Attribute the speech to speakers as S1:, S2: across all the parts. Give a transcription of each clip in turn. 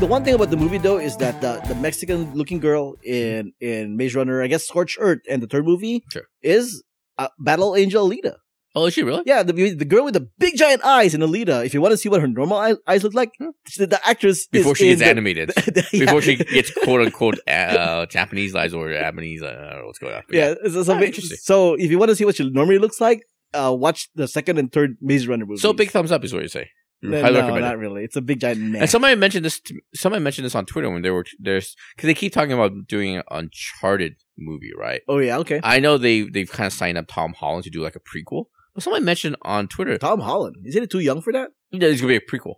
S1: one thing about the movie though is that the, the Mexican looking girl in in Maze Runner, I guess Scorched Earth, and the third movie
S2: Sure.
S1: is uh, Battle Angel Alita.
S2: Oh, is she really?
S1: Yeah, the the girl with the big giant eyes in Alita. If you want to see what her normal eye, eyes look like,
S2: Hmm.
S1: the, the actress
S2: Before
S1: is
S2: she
S1: in
S2: gets
S1: the-
S2: animated.
S1: Yeah.
S2: Before she gets quote unquote uh, Japanese lies or Japanese, uh, I don't know what's going on.
S1: yeah. So, so,
S2: Ah, interesting.
S1: so if you want to see what she normally looks like, uh, watch the second and third Maze Runner movies.
S2: So big thumbs up is what you say.
S1: No,
S2: Highly
S1: no,
S2: recommend it.
S1: not really. It's a big giant neck.
S2: And somebody mentioned this. To, somebody mentioned this on Twitter when they were there's because they keep talking about doing an Uncharted movie, right?
S1: oh yeah, okay.
S2: I know they they've kind of signed up Tom Holland to do like a prequel, but somebody mentioned on Twitter
S1: Tom Holland isn't it too young for that?
S2: that it's gonna be a prequel.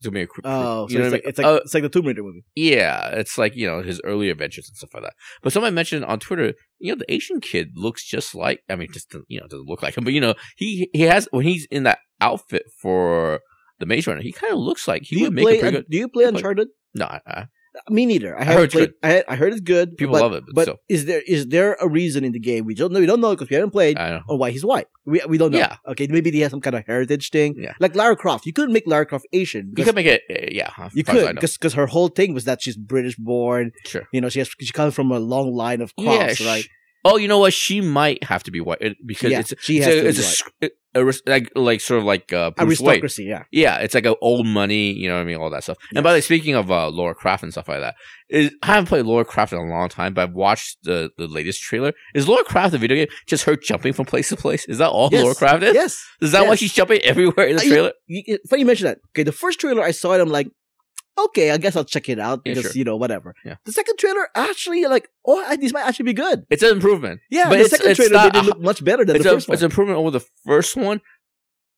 S2: It's gonna be a pre-
S1: Oh, so
S2: you
S1: it's,
S2: know what I
S1: like,
S2: mean?
S1: it's like
S2: Uh,
S1: it's like the Tomb Raider movie.
S2: yeah, it's like you know his early adventures and stuff like that. But somebody mentioned on Twitter, you know, the Asian kid looks just like. I mean, just you know doesn't look like him, but you know he he has when he's in that outfit for the Maze Runner, he kind of looks like he
S1: do you
S2: would make
S1: play?
S2: a pretty
S1: Un-
S2: good.
S1: do you play
S2: he'd play-
S1: Uncharted?
S2: No, I, I,
S1: Me neither. I,
S2: heard
S1: haven't
S2: it's
S1: played. I, had, I heard it's good.
S2: people
S1: but,
S2: love it, but,
S1: But
S2: still,
S1: is there is there a reason in the game we don't know? We don't know because we haven't played.
S2: I don't know.
S1: or why he's white. We, we don't know.
S2: Uh, Yeah.
S1: Okay, maybe he has some kind of heritage thing.
S2: Yeah.
S1: Like Lara Croft. You couldn't make Lara Croft Asian.
S2: You
S1: Because
S2: could make it, uh, yeah. as
S1: you
S2: far as I
S1: could,
S2: know.
S1: because her whole thing was that she's British born.
S2: sure.
S1: You know, she has she comes from a long line of
S2: Yeah,
S1: crofts,
S2: sh-
S1: right?
S2: Oh, you know what? She might have to be white uh, because
S1: yeah,
S2: it's
S1: she
S2: it's
S1: has
S2: a,
S1: to
S2: it's
S1: be
S2: a
S1: white.
S2: sc- uh, aris- like like sort of like uh, Bruce Wayne.
S1: aristocracy. Yeah.
S2: Yeah, it's like a old money, you know what I mean, all that stuff. And by the way, speaking of uh, Laura Craft and stuff like that, is I haven't played Laura Craft in a long time, but I've watched the, the latest trailer. Is Laura Craft the video game just her jumping from place to place? Is that all
S1: Yes.
S2: Laura Craft is?
S1: Yes.
S2: Is that why
S1: Yes.
S2: she's jumping everywhere in the
S1: Uh, yeah.
S2: trailer?
S1: You, it- funny you mention that. Okay, the first trailer I saw it, I'm like, okay, I guess I'll check it out
S2: Yeah,
S1: because
S2: sure.
S1: you know whatever.
S2: Yeah.
S1: The second trailer actually like, oh, I- these might actually be good.
S2: It's an improvement.
S1: Yeah, the
S2: But it's-
S1: second
S2: it's
S1: trailer
S2: not
S1: they did
S2: a-
S1: look much better than
S2: It's,
S1: the
S2: a,
S1: first one.
S2: it's an improvement over the first one,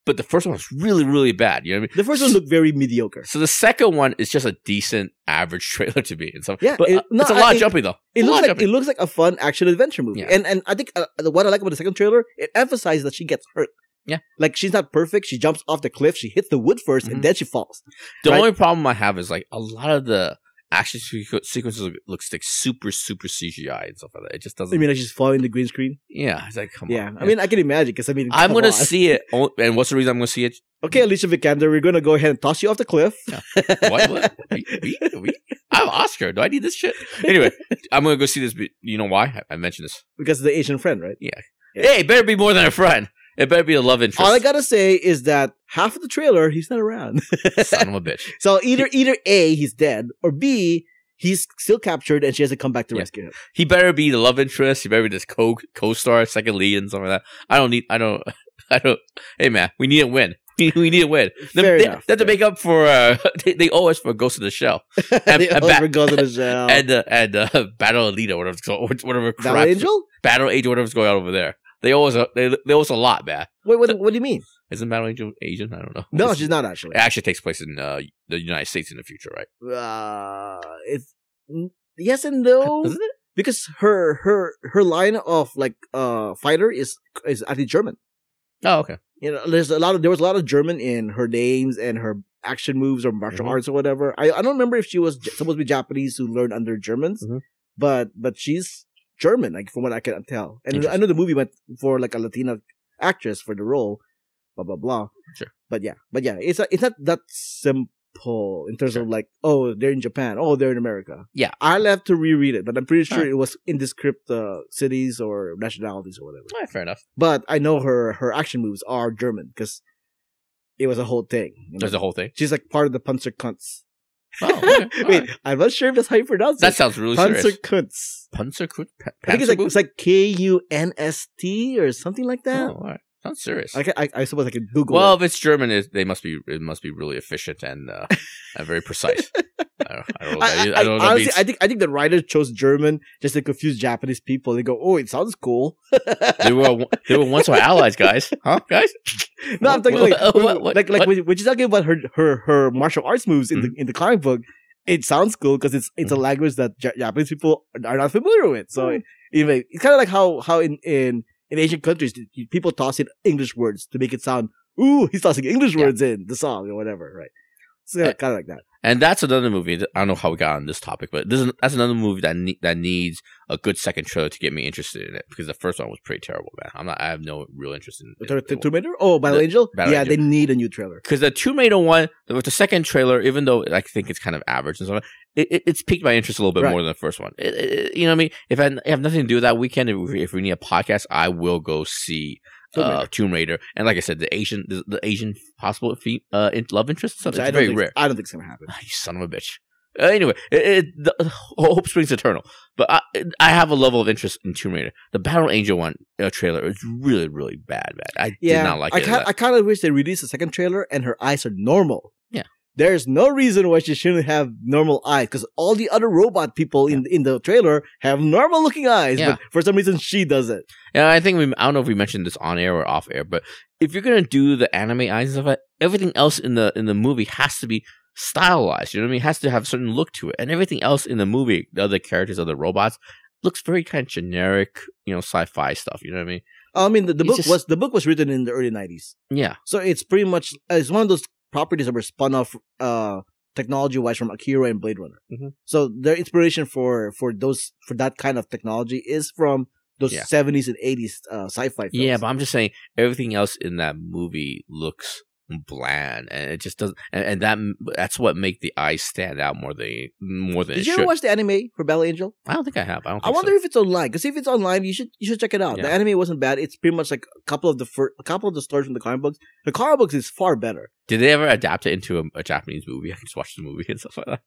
S2: but the first one was really, really bad. You know what I mean?
S1: the first one looked very mediocre.
S2: So the second one is just a decent average trailer to be. And so,
S1: Yeah,
S2: but
S1: it-
S2: uh,
S1: no,
S2: it's a
S1: I-
S2: lot
S1: it-
S2: of jumping though.
S1: It
S2: It's a lot
S1: looks
S2: of
S1: like
S2: jumping.
S1: it looks like a fun action adventure movie,
S2: Yeah.
S1: and and I think uh, the what I like about the second trailer, it emphasizes that she gets hurt.
S2: Yeah.
S1: like she's not perfect. She jumps off the cliff. She hits the wood 1st
S2: Mhm.
S1: and then she falls.
S2: The
S1: Right.
S2: only problem I have is like a lot of the action sequ- sequences look- looks like super, super CGI and stuff like that. It just doesn't.
S1: I mean, like she's following the green screen.
S2: yeah, it's like come
S1: Yeah,
S2: on.
S1: I mean, I can imagine because I mean,
S2: I'm
S1: come
S2: gonna
S1: on.
S2: see it. on- And what's the reason I'm gonna see it?
S1: Okay, Alicia Vikander, we're gonna go ahead and toss you off the cliff.
S2: What? what? We, we, we? I'm Oscar. Do I need this shit? Anyway, I'm gonna go see this. be- You know why? I- I mentioned this.
S1: because of the Asian friend, right? Yeah.
S2: Hey, it better be more than a friend. It better be a love interest.
S1: All I gotta say is that half of the trailer he's not around.
S2: Son of a bitch.
S1: so either either A, he's dead, or B, he's still captured and she has to come back to
S2: Yeah.
S1: rescue him.
S2: He better be the love interest. He better be this co co star, second lead, and something like that. I don't need. I don't. I don't. Hey man, we need a win. We need a win. They-
S1: Fair
S2: they,
S1: enough.
S2: they have to make up for. Uh, they, they owe us for Ghost of the Shell and,
S1: The
S2: and,
S1: other
S2: ba-
S1: goes in the shell.
S2: and, uh, and uh, Battle Alita, whatever it's called, which- whatever
S1: Oh. Battle
S2: crap,
S1: Angel?
S2: Battle Angel, whatever's going on over there. They owe us. A, they, they owe us a lot, man.
S1: Wait, what, what do you mean?
S2: Isn't Battle Angel Asian? I don't know.
S1: No,
S2: It's-
S1: she's not actually.
S2: it actually takes place in uh, the United States in the future, right?
S1: Uh, it's n- yes and no
S2: Isn't it?
S1: because her her her line of like uh fighter is is actually German.
S2: Oh, okay.
S1: You know, there's a lot of there was a lot of German in her names and her action moves or martial
S2: Mhm.
S1: arts or whatever. I I don't remember if she was J- supposed to be Japanese who learned under Germans,
S2: Mhm.
S1: but but she's German like from what I can tell. And I know the movie went for like a Latina actress for the role, blah blah blah.
S2: Sure.
S1: But yeah, but yeah, it's not- it's not that simple in terms of like oh they're in Japan, oh they're in America.
S2: Yeah.
S1: I'll have to reread it, but I'm pretty sure
S2: Alright.
S1: it was indescript uh, cities or nationalities or whatever
S2: All right, fair enough.
S1: but I know her her action moves are German because it was a whole thing. you know?
S2: There's the whole thing.
S1: She's like part of the Panzer Kunz.
S2: Oh, okay. All
S1: Wait,
S2: right.
S1: I'm not sure if that's how you pronounce
S2: that
S1: it.
S2: sounds really serious.
S1: Panzer Kunz.
S2: Panzer Kut? Pa-
S1: I think it's
S2: Panzer
S1: like
S2: Boot?
S1: it's like K U N S T or something like that.
S2: Oh, all right. Sounds serious.
S1: I, can, I I suppose I could Google.
S2: well,
S1: it.
S2: if it's German, it, they must be it must be really efficient and uh, and very precise. I don't, I don't know. What that
S1: I,
S2: is.
S1: I,
S2: I don't know.
S1: I,
S2: what that
S1: honestly,
S2: means.
S1: I think I think the writer chose German just to confuse Japanese people. They go, "Oh, it sounds cool."
S2: they were they were once our allies, guys. Huh, guys?
S1: No, I'm talking
S2: What-
S1: like,
S2: what- what-
S1: like, like
S2: what? Mm-hmm.
S1: when, when she's talking about her her her martial arts moves in the in the comic book, it sounds cool because it's it's a language that Ja- Japanese people are not familiar with. So
S2: Mm.
S1: it, it may- it's kind of like how how in in in Asian countries you- people toss in English words to make it sound ooh he's tossing English
S2: Yeah. Eh.
S1: words in the song or whatever, right? So yeah, kind of like that.
S2: And that's another movie. that- I don't know how we got on this topic, but this is, that's another movie that ne- that needs a good second trailer to get me interested in it because the first one was pretty terrible, man. I'm not. I have no real interest in.
S1: Tor- Tor- Tormentor? Oh, Battle
S2: Eh, The-
S1: Angel?
S2: Battle
S1: yeah,
S2: Angel.
S1: they need a new trailer.
S2: because the Tomato one, with the second trailer, even though I think it's kind of average and stuff, it, it, it's piqued my interest a little bit
S1: Right.
S2: more than the first one. It- it- it- you know what I mean? If I, I have nothing to do that weekend, if we, if we need a podcast, I will go see
S1: Tomb
S2: uh,
S1: Raider.
S2: Tomb Raider. And like I said, the Asian, the, the Asian possible fe- uh, in- love interest and stuff.
S1: Which I
S2: It's
S1: don't
S2: very
S1: think-
S2: rare.
S1: I don't think it's gonna happen.
S2: Ah, you son of a bitch. Uh, anyway, it, it, the, hope springs eternal. But I, I have a level of interest in Tomb Raider. The Battle Angel one uh, trailer is really, really bad, man. I
S1: Yeah,
S2: did not like
S1: I
S2: it.
S1: ki- I kind of wish they released a second trailer and her eyes are normal.
S2: Yeah.
S1: There's no reason why she shouldn't have normal eyes because all the other robot people in in the trailer have normal looking eyes,
S2: Yeah.
S1: but for some reason she doesn't.
S2: And I think we, I don't know if we mentioned this on air or off air, but if you're gonna do the anime eyes of it, everything else in the in the movie has to be stylized. You know what I mean? It has to have a certain look to it, and everything else in the movie, the other characters, other robots, looks very kind of generic. You know, sci-fi stuff. You know what I mean?
S1: I mean, the, the
S2: It's
S1: book
S2: just-
S1: was the book was written in the early '90s,
S2: Yeah,
S1: so it's pretty much it's one of those properties that were spun off uh, technology wise from Akira and Blade Runner.
S2: Mhm.
S1: So their inspiration for for those for that kind of technology is from those
S2: Yeah.
S1: '70s and '80s uh, sci-fi. Films.
S2: yeah. But I'm just saying, everything else in that movie looks bland, and it just doesn't. And, and that that's what make the eyes stand out more than more than
S1: Did
S2: it
S1: you
S2: should.
S1: ever watch the anime for Battle Angel?
S2: I don't think I have. I don't. Think
S1: I wonder
S2: So.
S1: if it's online because if it's online, you should you should check it out. The
S2: Yeah.
S1: anime wasn't bad. It's pretty much like a couple of the fir- a couple of the stories from the comic books. The comic books is far better.
S2: Did they ever adapt it into a, a Japanese movie? I just watched the movie and stuff like that.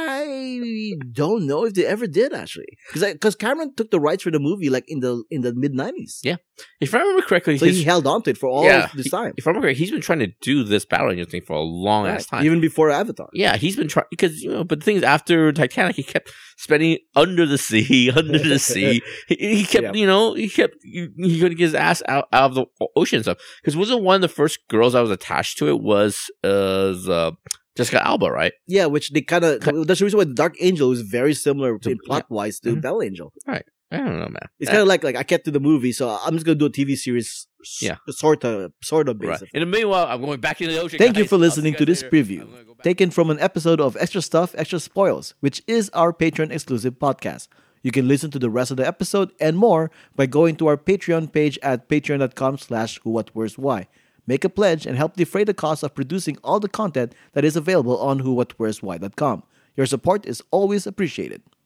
S1: I don't know if they ever did actually because because Cameron took the rights for the movie like in the in the mid nineties.
S2: Yeah, If I remember correctly,
S1: So
S2: his,
S1: he held on to it for all
S2: Yeah.
S1: this time.
S2: if I remember correctly, he's been trying to do this battle angel thing for a long ass
S1: Right.
S2: time.
S1: Even before Avatar.
S2: yeah, he's been trying because you know, but the thing is, after Titanic, he kept spending under the sea, under the sea. He, he kept,
S1: Yeah.
S2: you know, he kept he, he couldn't get his ass out, out of the o- ocean and stuff. Because wasn't one of the first girls I was attached to? It was uh, was, uh Jessica Alba, right?
S1: Yeah, which they kind of
S2: Cut-
S1: that's the reason why the Dark Angel is very similar
S2: To-
S1: to, plot wise to
S2: Mhm.
S1: Battle Angel.
S2: I don't know, man.
S1: It's
S2: Uh,
S1: kind of like like I kept to the movie, so I'm just gonna do a TV series.
S2: Yeah.
S1: sort of sort of
S2: Right.
S1: based.
S2: In the meanwhile, I'm going back in the ocean.
S1: Thank you
S2: guys.
S1: for
S2: I'll see
S1: listening
S2: guys
S1: to this
S2: later.
S1: preview.
S2: I'm gonna go back.
S1: taken from an episode of Extra Stuff, Extra Spoils, which is our Patreon exclusive podcast. You can listen to the rest of the episode and more by going to our Patreon page at patreon.com slash who what where's why. Make a pledge and help defray the cost of producing all the content that is available on whowhatwhere'swhy.com. Your support is always appreciated.